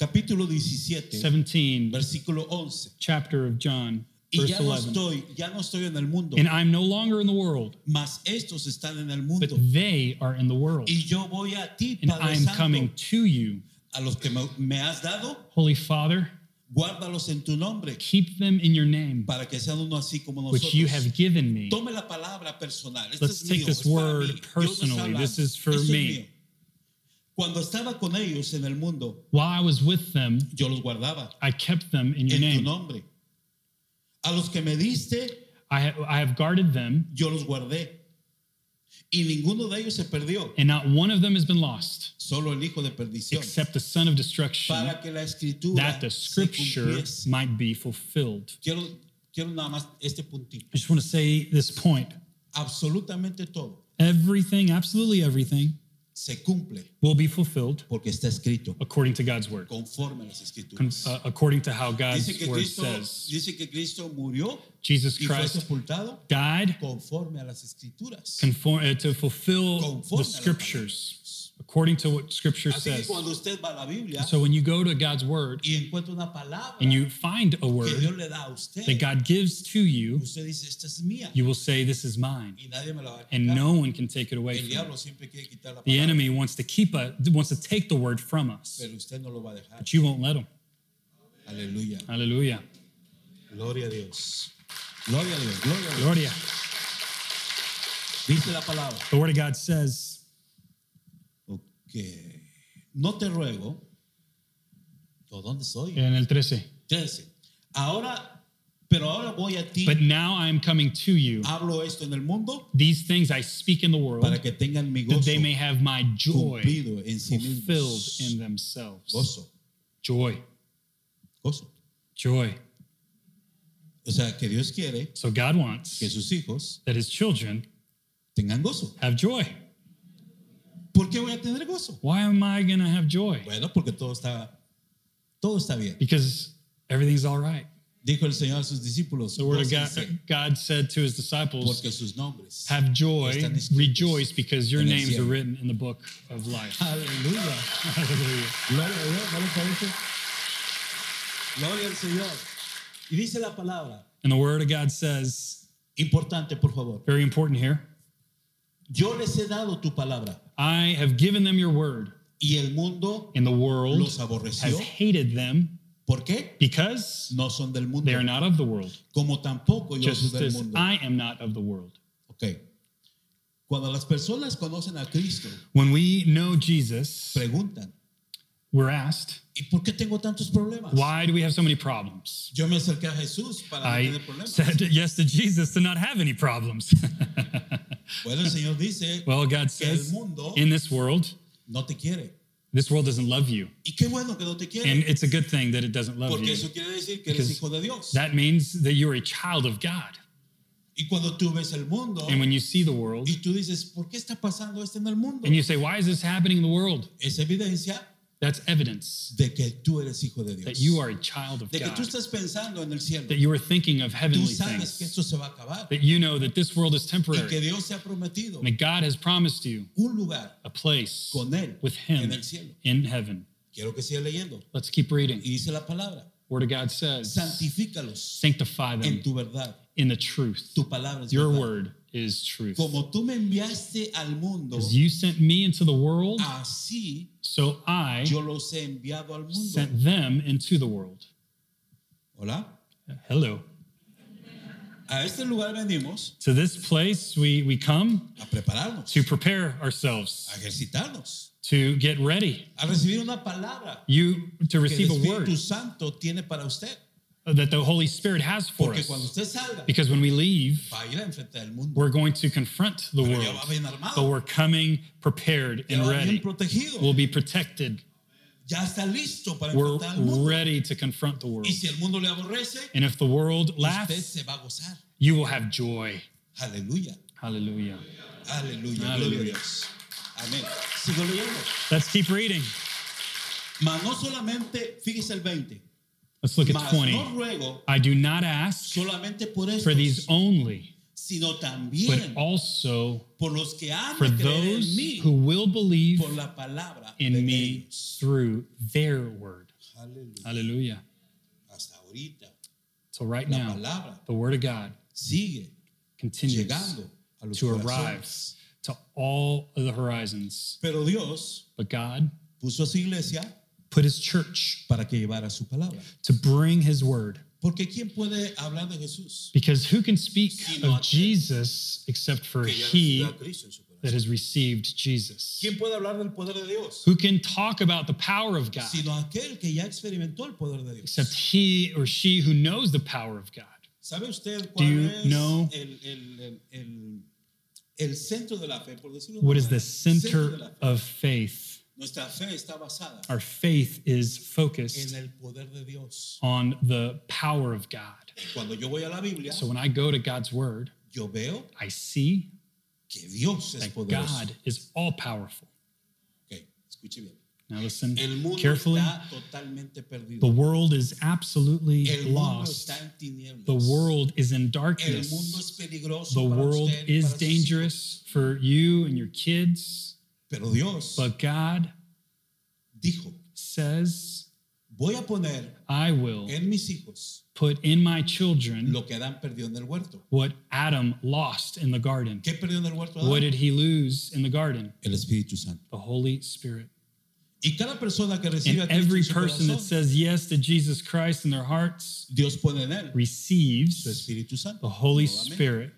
Capítulo 17, 17, versículo 11. chapter of John, Y verse ya no 11. estoy, ya no estoy en el mundo, And I'm no longer in the world, mas estos están en el but mundo. they are in the world. Y yo voy a ti, And Padre I am Santo, coming to you. a los que me, me has dado, Holy Father, guárdalos en tu nombre, keep them in your name, para que sean uno así como nosotros. which you have given me. Tome la palabra personal. Este Let's es take mío, this es word para mí. Dios me está personally. hablando. This is for Esto es me. mío. Cuando estaba con ellos en el mundo, While I was with them, yo los guardaba I kept them in your en tu name. nombre. A los que me diste, I, ha- I have guarded them, yo los guardé. Y ninguno de ellos se perdió, and not one of them has been lost, solo el hijo de perdición, except the son of destruction, para que la escritura that the se scripture cumpliese. might be fulfilled. Quiero, quiero nada más este puntito. I just want to say this point. Absolutamente todo Everything, absolutely everything, se cumple will be fulfilled porque está escrito according to God's word, conforme a las con- escrituras. uh, according to how Dice God's que, word Cristo, says. dice que Cristo murió Jesus y fue Christ sepultado died conforme a las escrituras. conform, uh, to fulfill Conforme a the las scriptures, according to what scripture Así que says. cuando usted va a la Biblia So when you go to God's word y encuentra una palabra and you find a que word Dios le da a usted, that God gives to you, usted dice, esta es mía you will say, This is mine. y nadie me la va a And quitar. no one can take it away El from you. diablo siempre quiere quitar la The palabra, enemy wants to keep us, wants to take the word from us, pero usted no lo va a dejar. but you won't let him. Aleluya. Hallelujah. Gloria a Dios. Gloria a Dios. Gloria a Dios. Gloria. Dice la palabra. The word of God says, Ok. No te ruego. ¿O ¿Dónde soy? En el 13. 13. Ahora, pero ahora voy a ti. But now I am coming to you. Hablo esto en el mundo These things I speak in the world para que tengan mi that gozo pues, they may have my joy cumplido en sí fulfilled mismos. in themselves. Gozo, Joy. gozo. Joy. O sea, que Dios quiere So God wants que sus hijos that his children tengan gozo. have joy. ¿Por qué voy a tener gozo? Why am I going to have joy? Bueno, porque todo está, todo está bien. Because everything's all right. Dijo el Señor a sus discípulos, The word of God, "Gócense, God said to his disciples, porque sus nombres. Have joy, Están escritos rejoice, because your en el names are cielo." written in the book of life. Aleluya. Hallelujah. Gloria a Dios, ¿no le parece? Gloria al Señor. Y dice la palabra, And the word of God says, importante por favor, very important here, yo les he dado tu palabra I have given them your word, y el mundo and the world los aborreció. has hated them ¿Por qué? because No son del mundo, they are not of the world, como tampoco yo soy just del as mundo. I am not of the world. Ok. Cuando las personas conocen a Cristo, When we know Jesus, preguntan, we're asked, ¿y por qué tengo tantos problemas? Why do we have so many problems? Yo me acerqué a Jesús para no I tener problemas. said yes to Jesus to not have any problems. Bueno, el Señor dice well, God que el says, mundo in this world, no te quiere. this world doesn't love you. Y qué bueno que no te quiere, And it's a good thing that it doesn't love porque you. eso quiere decir que eres Because hijo de Dios. That means that you're a child of God. Y cuando tú ves el mundo And when you see the world y tú dices, ¿por qué está pasando esto en el mundo? and you say, Why is this happening in the world? Es evidencia That's evidence de que tú eres hijo de Dios. that you are a child of de que God, tú estás pensando en el cielo. that you are thinking of Tú heavenly sabes que things, esto se va a acabar that you know that this world is y que temporary, Dios te ha prometido and that God has promised you un lugar a place con él with en Him el cielo. in heaven. Quiero que siga leyendo. Let's keep reading. Y dice la palabra, Word of God says, santifícalos Sanctify them en tu verdad. in the truth. Tu palabra es Your verdad. word is truth. Como tú me enviaste al mundo, As you sent me into the world, así so I yo los he enviado al mundo. sent them into the world. Hola. Hello. A este lugar venimos To this place, we, we come a prepararnos, to prepare a ourselves, ejercitarnos, to get ready. a recibir una palabra You to que el receive a word Espíritu Santo tiene para usted. that the Holy Spirit has for Porque cuando us. usted salga, Because when we leave, va a ir a enfrentar el mundo. we're going to confront the Pero ya va world, bien but armado, we're coming prepared ya and va bien ready. protegido, We'll be protected. ya está listo para We're enfrentar al mundo. ready to confront the world. Y si el mundo le aborrece, And if the world usted laughs, se va a gozar. you will have joy. Aleluya. Hallelujah. Aleluya. Gloria a Aleluya. Dios. Amén. Sigo leyendo. Let's keep reading. Mas no solamente, fíjese el 20. Let's look at Mas no 20. ruego I do not ask solamente por esto, for these only, sino but también also por los que han for de creer en those mí, who will believe por la palabra de in me ellos. through their word. Aleluya. Hallelujah. Hasta ahorita, So right la now, palabra the word of God sigue continues llegando a los to arrive corazones. to all of the horizons. Pero Dios But God puso a su iglesia put his church para que llevara su palabra. to bring his word. Porque ¿quién puede hablar de Jesús? Because who can speak Sino a of ti. Jesus except for Que ya he recibió a Cristo en su corazón. that has received Jesus? ¿Quién puede hablar del poder de Dios? Who can talk about the power of God Sino aquel que ya experimentó el poder de Dios. except he or she who knows the power of God? ¿Sabe usted cuál you es know- el, el- el- el- el centro de la fe, por decirlo de What una is the manera, centro de center la fe. of faith? Nuestra fe está basada Our faith is en focused el poder de Dios. on the power of God. Cuando yo voy a la Biblia, So when I go to God's word, yo veo I see que Dios es that poderoso. God is all powerful. Ok, escuche bien. Now listen El mundo carefully. está totalmente The perdido. world is absolutely El mundo lost. está en tinieblas. The world is in el mundo darkness. es peligroso. The para world usted y is para sus hijos. dangerous for you and your kids. Pero Dios But God dijo, says, voy a poner I will en mis hijos put in my children lo que Adán perdió en el huerto. what Adam lost in the garden. ¿Qué perdió en el huerto Adán? What did he lose in the garden? el Espíritu Santo. The Holy Spirit. Y cada persona que recibe a And Cristo every en su person that corazón, says yes to Jesus Christ in their hearts Dios pone en él su receives Espíritu the Santo. Holy Nuevamente. Spirit.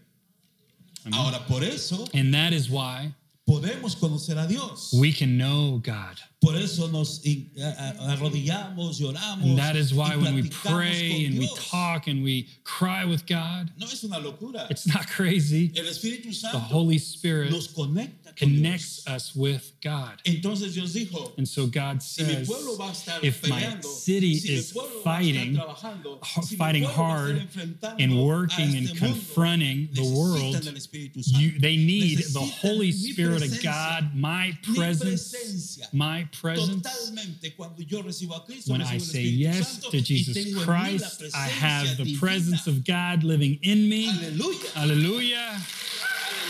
Ahora, por eso And that is why podemos conocer a Dios. we can know God. Por eso nos in- a- a- arrodillamos, lloramos. And that is why y when we platicamos pray con and we Dios. talk and we cry with God, No es una locura. it's not crazy. El Espíritu The Santo Holy Spirit nos conecta con Dios. connects us with God. Entonces Dios dijo, And so God si mi says, pueblo va a estar if my peleando, city si mi is pueblo va a estar fighting, trabajando, har- si mi fighting pueblo va a estar hard enfrentando and a working este and mundo, confronting the necesitan world, del Espíritu Santo. you, they need the Necesitan Holy mi Spirit of presencia. God, my Mi presence, presencia. my presence. Totalmente cuando yo recibo a Cristo, When recibo I el say Espíritu yes Santo to y Jesus tengo en mí la Christ, I have presencia the divina. presence of God living in me. Aleluya. Hallelujah.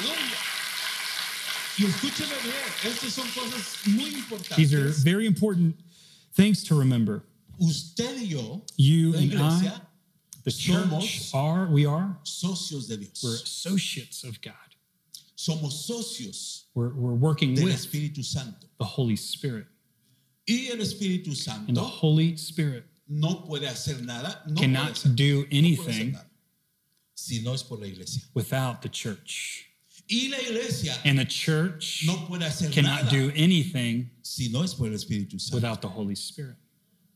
Aleluya. Y escúcheme bien, estas son cosas muy These are importantes. very important things to remember. Usted y yo, You la and I, iglesia, the church, somos- are, we are, socios de we're Dios. associates of God. Somos socios We're, we're working del with Espíritu Santo. the Holy Spirit. Y el Espíritu And the Santo Holy Spirit no puede hacer nada, no puede cannot hacer, do no puede hacer anything nada, si no es por la iglesia. without the church. Y la iglesia And the church no puede hacer cannot nada do anything si no es por el Espíritu Santo. without the Holy Spirit.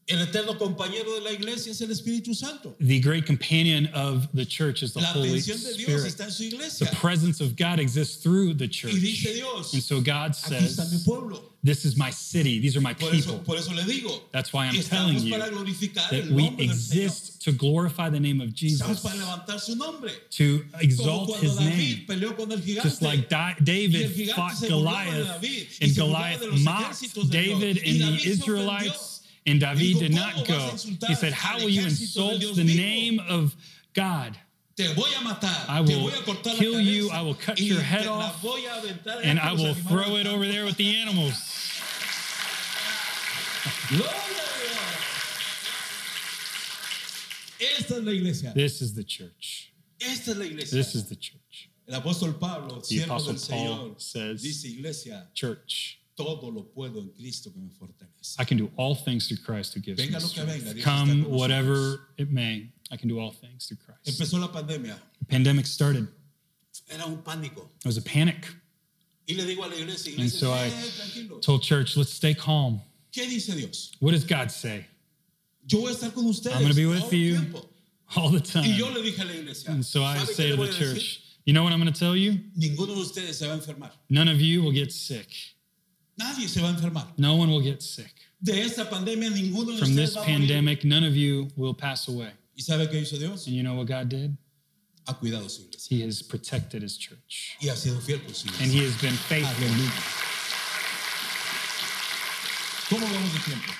El eterno compañero de la iglesia es el Espíritu Santo. The great companion of the church is the La Holy atención de Dios Spirit. está en su The iglesia. presence of God exists through the Y dice church. Dios, And so God aquí está mi says, pueblo. This is my city. These are my Por people. eso, por eso le digo, That's why I'm telling estamos you para glorificar That el we nombre del Señor. exist to glorify the name of Estamos Jesus, para levantar su nombre. to Como exalt cuando his David name. peleó con el gigante. Just like Di- y el David gigante fought se burlaba de Goliath, David, y and se burlaba de Goliath los mocked ejércitos de Dios. David Y and the David se Israelites, ofendió. and David Dijo, did "¿Cómo not vas go. a insultar He said, al How will you ejército del insult Dios the vivo? name of God? Te voy a matar. I te will voy a cortar kill la cabeza. you, I will cut y your te head la off, voy a aventar allá And con I los will animales throw it del over campo". there with the animals. Gloria a Dios. Esta es la iglesia. This is the church. Esta es la iglesia. This is the church. El apóstol Pablo, The siervo Apostle del Paul Señor, says, dice, iglesia, Church, todo lo puedo en Cristo que me fortalece. I can do all things through Christ who gives me Venga lo que venga, Dios strength. está Come con whatever nosotros. it may, I can do all things through Christ. Empezó la pandemia. The pandemic started. Era un pánico. It was a panic. Y le digo a la iglesia, And iglesia, so I "Eh, tranquilo. told church, let's stay calm. ¿Qué dice Dios? What does God say? Yo voy a estar con ustedes I'm gonna be with todo el you. tiempo. All the Y yo time. le dije a la iglesia, And so I "¿Sabe qué say le to voy the a decir? church, you know what I'm going to tell you? Ninguno de ustedes se va a enfermar. None of you will get sick. Nadie se va a enfermar. No one will get sick. De esta pandemia ninguno de From ustedes this va a morir. pandemic, none of you will pass away. ¿Y sabe qué hizo Dios? And you know what God did? Ha cuidado su iglesia. He has protected his church. Y ha sido fiel con su And iglesia. he has been faithful. Aleluya. ¿Cómo vamos de tiempo?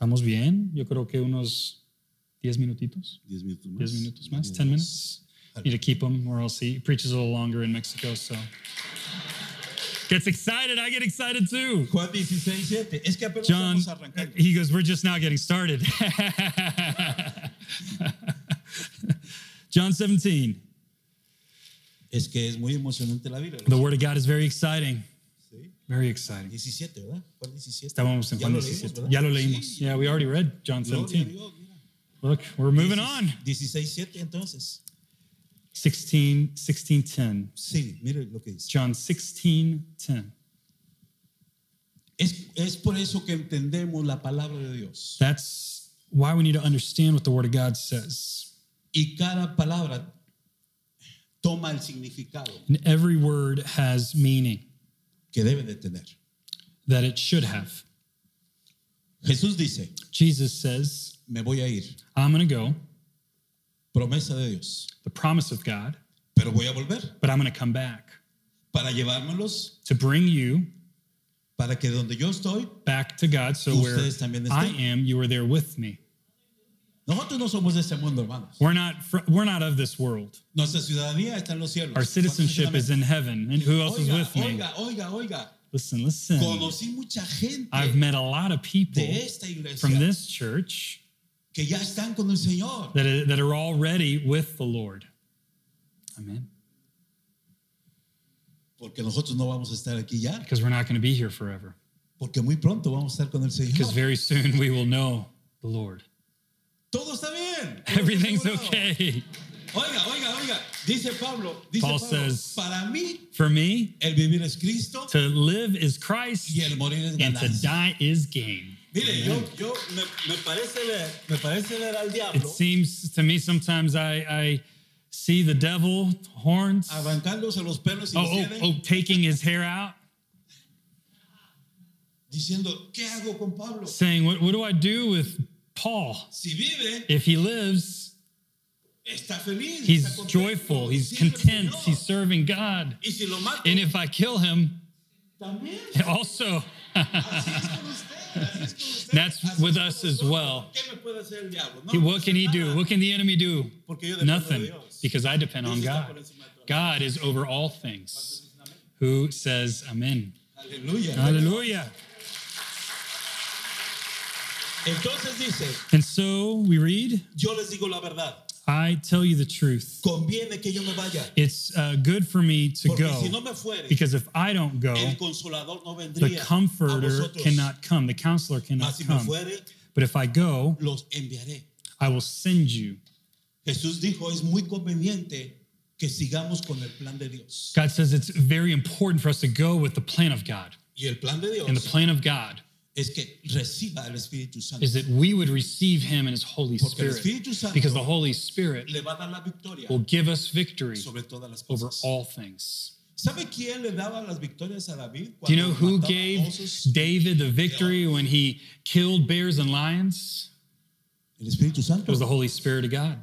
Vamos bien. Yo creo que unos 10 minutitos. Diez minutos más. 10 minutos más. 10 minutes. Need to keep him or else he preaches a little longer in Mexico. So gets excited. I get excited too. Juan 16, 7. Es que apenas John, eh, estamos arrancando. he goes, We're just now getting started. John 17. eh. Es que es muy emocionante la vida. The word of God is very exciting. Sí. Very exciting. 17, ¿verdad? Juan 17. Estábamos en Ya Juan lo leímos, 17. ¿verdad? Ya lo leímos. Sí. Yeah, we already read John Gloria a 17. Dios, mira. Look, we're moving on. 16, 7 entonces. 16, 16, 10. Sí, mire lo que dice. John 16, 10. Es, es por eso que entendemos la palabra de Dios. That's why we need to understand what the word of God says. Y cada palabra, toma el significado And every word has meaning que debe de tener. that it should have. Jesús dice, Jesus says, me voy a ir, I'm going to go, promesa de Dios, the promise of God, pero voy a volver but I'm going to come back para llevármelos, to bring you para que donde yo estoy, back to God. So where Ustedes también estén. I am, you are there with me. nosotros no somos de este mundo, hermanos. We're not, fr- we're not of this world. Nuestra ciudadanía está en los cielos. Our citizenship is in heaven. And who else is Oiga, with me? oiga, oiga, oiga. Listen, listen. Conocí mucha gente I've met a lot of people de esta from iglesia this church que ya están con el Señor. that are, that are already with the Lord. Amen. Porque nosotros no vamos a estar aquí ya. Because we're not going to be here forever. Porque muy pronto vamos a estar con el Because Señor. very soon we will know the Lord. Todo está bien. Todo Everything's está asegurado. okay. Oiga, oiga, oiga. Dice Pablo. Dice Paul Pablo. says- para mí, For me, el vivir es Cristo to live is Christ y el morir es and to ganancia. die is gain. Mire, yo, yo me, me parece ver, me parece ver al It diablo seems to me sometimes I, I see the devil, horns, oh, arrancándose los pelos y los oh, cierres, oh, taking his hair out, diciendo, ¿qué hago con Pablo? saying, what, what do I do with Paul? Si vive, If he lives, está feliz. está he's contento, joyful, he's sirve al content, Señor. he's serving God. Y si lo mato, And if I kill him, también. also, Así es con usted, así es con usted. That's así es with con us as nosotros. well. ¿Qué me puede hacer el diablo? No he- me what can hace he do? nada. What can the enemy do? Porque yo dependo de Nothing, Dios. because I depend on Dios está God. por encima de todo. God is over all things. Who says amen? Aleluya. Hallelujah. Entonces dice, And so we read, yo les digo la verdad, I tell you the truth. conviene que yo me vaya, It's uh, good for me to porque si no go me fuere, because if I don't go, el consolador no vendría the a comforter vosotros. cannot come, the counselor Mas cannot si me come. fuere, But if I go, los enviaré. I will send you. Jesús dijo, es muy conveniente que sigamos con el plan de Dios. God says it's very important for us to go with the plan of God. Y el plan de Dios And the plan of God es que reciba el Espíritu Santo. is that we would receive him and his Holy Porque el Spirit Espíritu Santo because the Holy Spirit le va a dar la victoria will give us victory sobre todas las over cosas. all things. ¿Sabe quién le daba las victorias a David? Do you know who mataba gave osos? David the victory when he killed bears and lions? El It Espíritu was the Santo. Holy Spirit of God.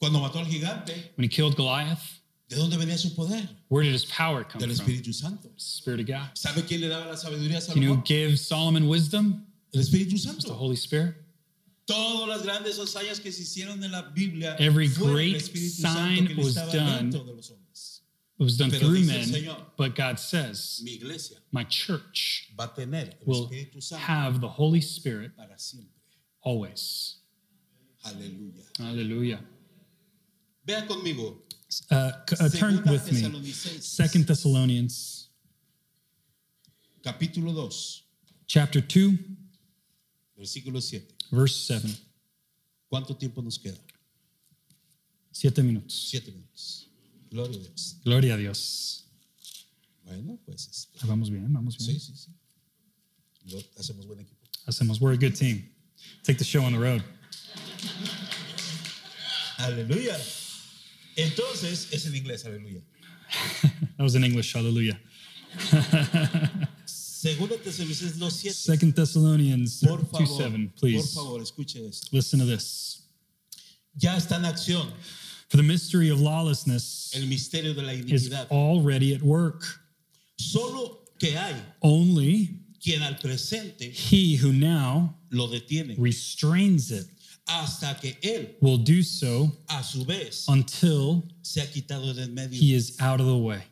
Cuando mató al gigante, When he killed Goliath, ¿de dónde venía su poder? where did his power come Del from? Espíritu Santo. Spirit of God. ¿Sabe quién le daba la sabiduría a Do you know who Salomón? gave Solomon wisdom? El Espíritu It's the Santo. Holy Spirit. Todas las grandes hazañas que se hicieron en la Biblia Every fueron el great Espíritu sign Santo que le was estaba done. dentro de los hombres. It was done Pero through dice el men, Señor. but God says, Mi iglesia My church va a tener el will Espíritu Santo have the Holy Spirit para siempre. always. Aleluya. Hallelujah. Vea conmigo. Uh, c- uh, turn Segunda with me. Tesalonicenses, Second Thessalonians capítulo 2, chapter 2, versículo 7. verse 7. ¿Cuánto tiempo nos queda? Siete minutos. Siete minutos. Gloria a Dios. Gloria a Dios. Bueno, pues este, Ah, Vamos bien, vamos bien. sí, sí, sí. Lo- hacemos buen equipo. Hacemos. We're a good team. Take the show on the road. Aleluya. Entonces, es en inglés, aleluya. That was in English. Hallelujah. Segunda Tesalonicenses 2.7. Second Thessalonians Por 2 favor, 7, por please. favor, escuche esto. Listen to this. Ya está en acción For the mystery of lawlessness el misterio de la is iniquidad. already at work. Solo que hay Only quien al presente he who now lo detiene restrains it hasta que él, will do so a su vez, until se ha quitado de en he medio. is out of the way.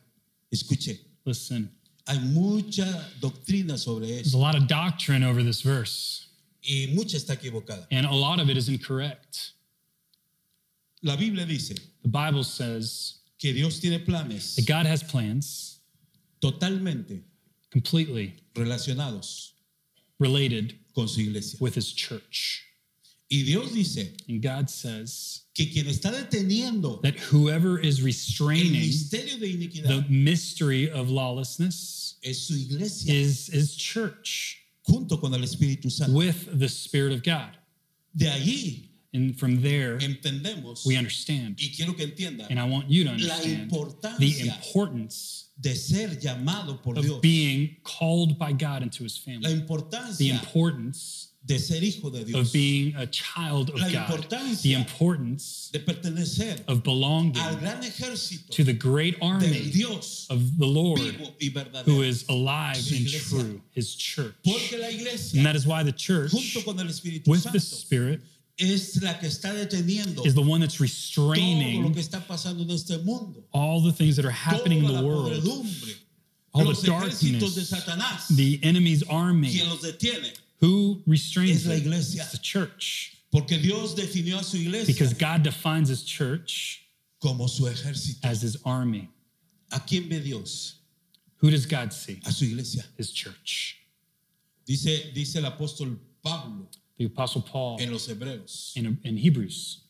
Escuche, Listen, hay mucha doctrina sobre there's eso a lot of doctrine over this verse, y mucha está equivocada. and a lot of it is incorrect. La Biblia dice The Bible says que Dios tiene planes that God has plans totalmente completely relacionados related con su iglesia. with his church. Y Dios dice And God says que quien está deteniendo that whoever is el restraining misterio de iniquidad the mystery of lawlessness es su iglesia is his church junto con el Espíritu Santo. with the Spirit of God. De ahí And from there, entendemos we understand. y quiero que entiendan And I want you to la understand the importancia importance de ser llamado por Dios, of being called by God into his la family, the importancia importance de ser hijo de of Dios, being a child of La God, importancia the importance de pertenecer of belonging al gran ejército to the great del army Dios of the Lord vivo y who verdadero. is alive and Iglesia. true, his church. Porque la And iglesia, that is why the church, junto con el Espíritu with the Santo, Spirit, es la que está deteniendo is the one that's todo lo que restraining está pasando en este mundo, all the things that are happening toda in la the world, podredumbre, all los the ejércitos de darkness, Satanás, the enemy's army. quien los detiene. Who restrains Es la it? iglesia. It's the church. Porque Dios definió a su iglesia Because God defines his church como su ejército. as his army. ¿A quién ve Dios? Who does God see? A su iglesia. His church. Dice, dice el apóstol Pablo The Apostle Paul en los Hebreos. in, in Hebrews.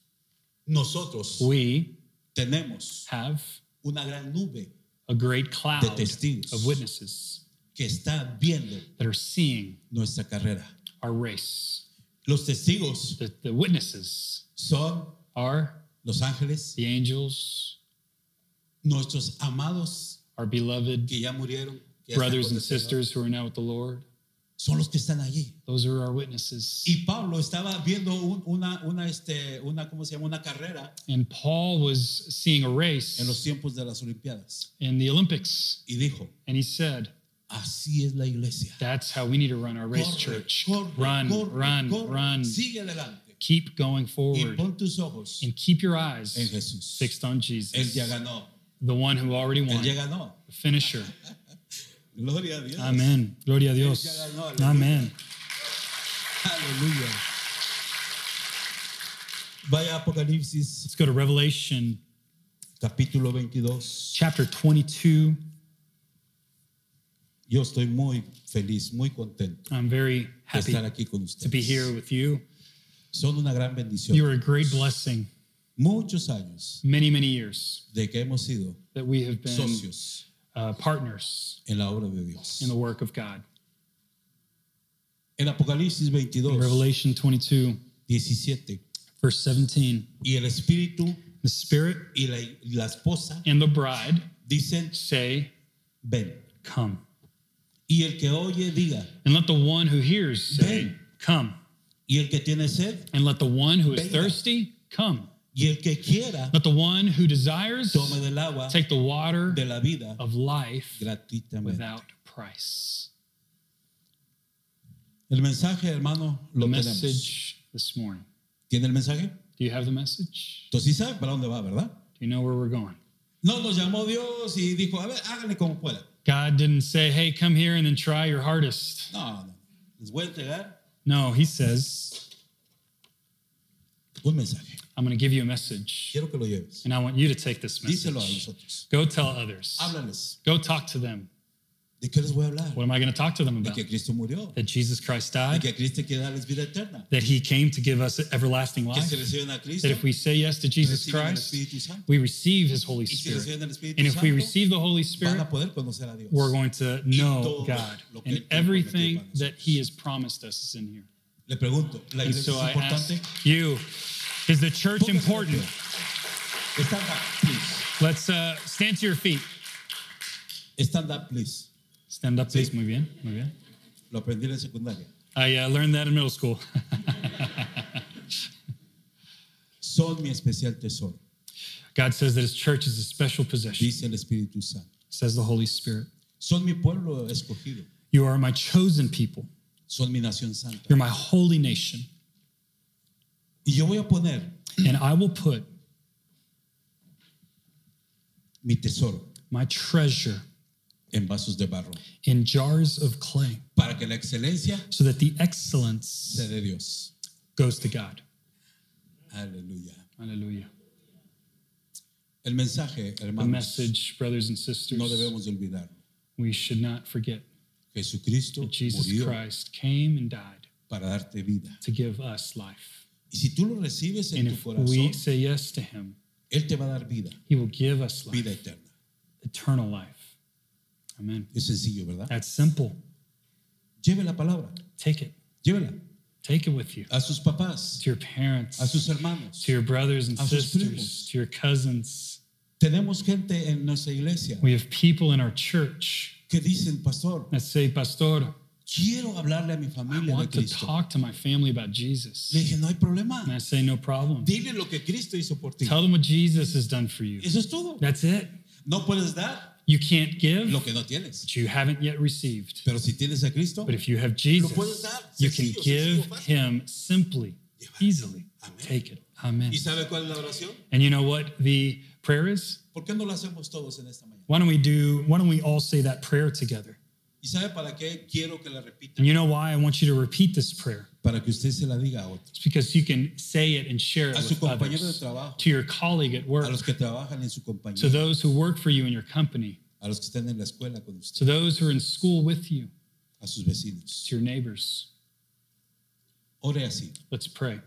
Nosotros We tenemos have una gran nube a great cloud De testigos. of witnesses que está viendo that are seeing nuestra carrera. our race. Los testigos The, the witnesses son are los ángeles, the angels, nuestros amados our beloved que ya murieron, que ya están brothers con and el Señor, sisters who are now with the Lord. son los que están allí. Those are our witnesses. Y Pablo estaba viendo un- una, una, este, una, ¿cómo se llama? Una carrera And Paul was seeing a en los race tiempos de las Olimpiadas in the Olympics. y dijo, And he said, así es la iglesia. That's how we need to run our race, Corre, church. corre, run, corre, run, corre, run. Sigue adelante Keep going y forward pon tus ojos and keep your eyes en Jesús. fixed on Él Jesus, ya ganó, the one who already él won, ya the ganó. finisher. Gloria a Dios. Amen. Gloria a ya Dios. ganó, aleluya. Amen. Aleluya. Vaya a Apocalipsis Let's go to Revelation capítulo 22. chapter 22. Yo estoy muy feliz, muy contento I'm very de happy estar aquí con to be ustedes. here with you. Son una gran bendición. You're a great blessing. Muchos años Many, many years de que hemos sido that we have been socios uh, partners en la obra de Dios. in the work of God. En Apocalipsis 22, Revelation 22, 17. verse 17. Y el espíritu The Spirit y la, y la esposa and the bride dicen, say, ven. Come. Y el que oye, diga. And let the one who hears say, Ven. Come. Y el que tiene sed And let the one who is Venga. thirsty come. y el que quiera, Let the one who desires tome del agua take the water de la vida of life gratuitamente. without price. El mensaje, hermano, lo The tenemos. message this morning. ¿Tiene el mensaje? Do you have the message? Entonces sí sabe para dónde va, ¿verdad? Do you know where we're going? No nos llamó Dios y dijo, a ver, háganle como pueda. God didn't say, Hey, come here and then try your hardest. No, no. Les voy a entregar No, He says, un mensaje. I'm going to give you a message, Quiero que lo lleves. and I want you to take this Díselo a los message. otros. Go tell others. Háblales. Go talk to them. ¿De qué les voy a hablar? What am I going to talk to them De about? que Cristo murió. That Jesus Christ De died, que Cristo quiere darles vida eterna. that he came to give us everlasting Que life, se reciben a Cristo. that if we say yes to Jesus Reciben el Christ, Espíritu Santo. we receive his Holy Y si reciben Spirit. el Espíritu And if we Santo, receive the Holy van Spirit, a poder conocer a Dios. we're going to know todo God. lo que And Él prometió everything para nosotros. that he has promised us is in here. Le pregunto, ¿la And iglesia so es I ask importante? you, is the church Póngase de important? pie. Stand up, please. Let's uh, stand to your feet. Stand up, please. Stand up, please. Muy bien, muy bien. Lo aprendí en la secundaria. I uh, learned that in middle school. Son mi especial tesoro, God says that his church is a special possession, dice el Espíritu Santo. says the Holy Spirit. Son mi pueblo escogido, You are my chosen people. son mi nación santa. You're my holy nation. Y yo voy a poner And I will put mi tesoro my treasure en vasos de barro in jars of clay para que la excelencia so that the excellence sea de Dios. goes to God. Aleluya. Hallelujah. El mensaje, The hermanos, message, brothers and no sisters, debemos de olvidarlo. we should not forget Jesucristo that Jesus murió Christ came and died para darte vida. to give us life. Y si tú lo recibes en And tu if corazón, we say yes to him, Él te va a dar vida, he will give us vida life, eterna. eternal life. Amen. Es sencillo, ¿verdad? That's simple. Lleve la palabra, Take it. llévela. Take it with you a sus papás, to your parents, a sus hermanos. to your brothers and a sus sisters, primos. to your cousins. Tenemos gente en nuestra iglesia We have people in our church que dicen, pastor, that say, Pastor, quiero hablarle a mi I familia de want to Cristo. talk to my family about Le Jesus. dije, no hay And problema. I say, No problem. Dile lo que Cristo hizo por ti. Tell them what Jesus has done for you. Eso es todo. That's it. No puedes dar You can't give lo que no tienes. what you haven't yet received. Pero si tienes a Cristo, But if you have puedes Jesus, dar, you can sencillo, give sencillo, fácil. him simply, easily. Take it. Amen. ¿y sabe cuál es la oración? And you know what the prayer is? ¿Por qué no lo hacemos todos en esta mañana? Why don't we do, why don't we all say that prayer together? ¿Y sabe para qué quiero que la repita? And you know why I want you to repeat this prayer? Para que usted se la diga a otros, It's because you can say it and share it a su with compañero de others, trabajo, to your colleague at a work, los que trabajan en su to compañía, those who work for you in your company, a los que están en la escuela con usted, to those who are in school with you, a sus vecinos. to your neighbors. Ore así. Let's pray.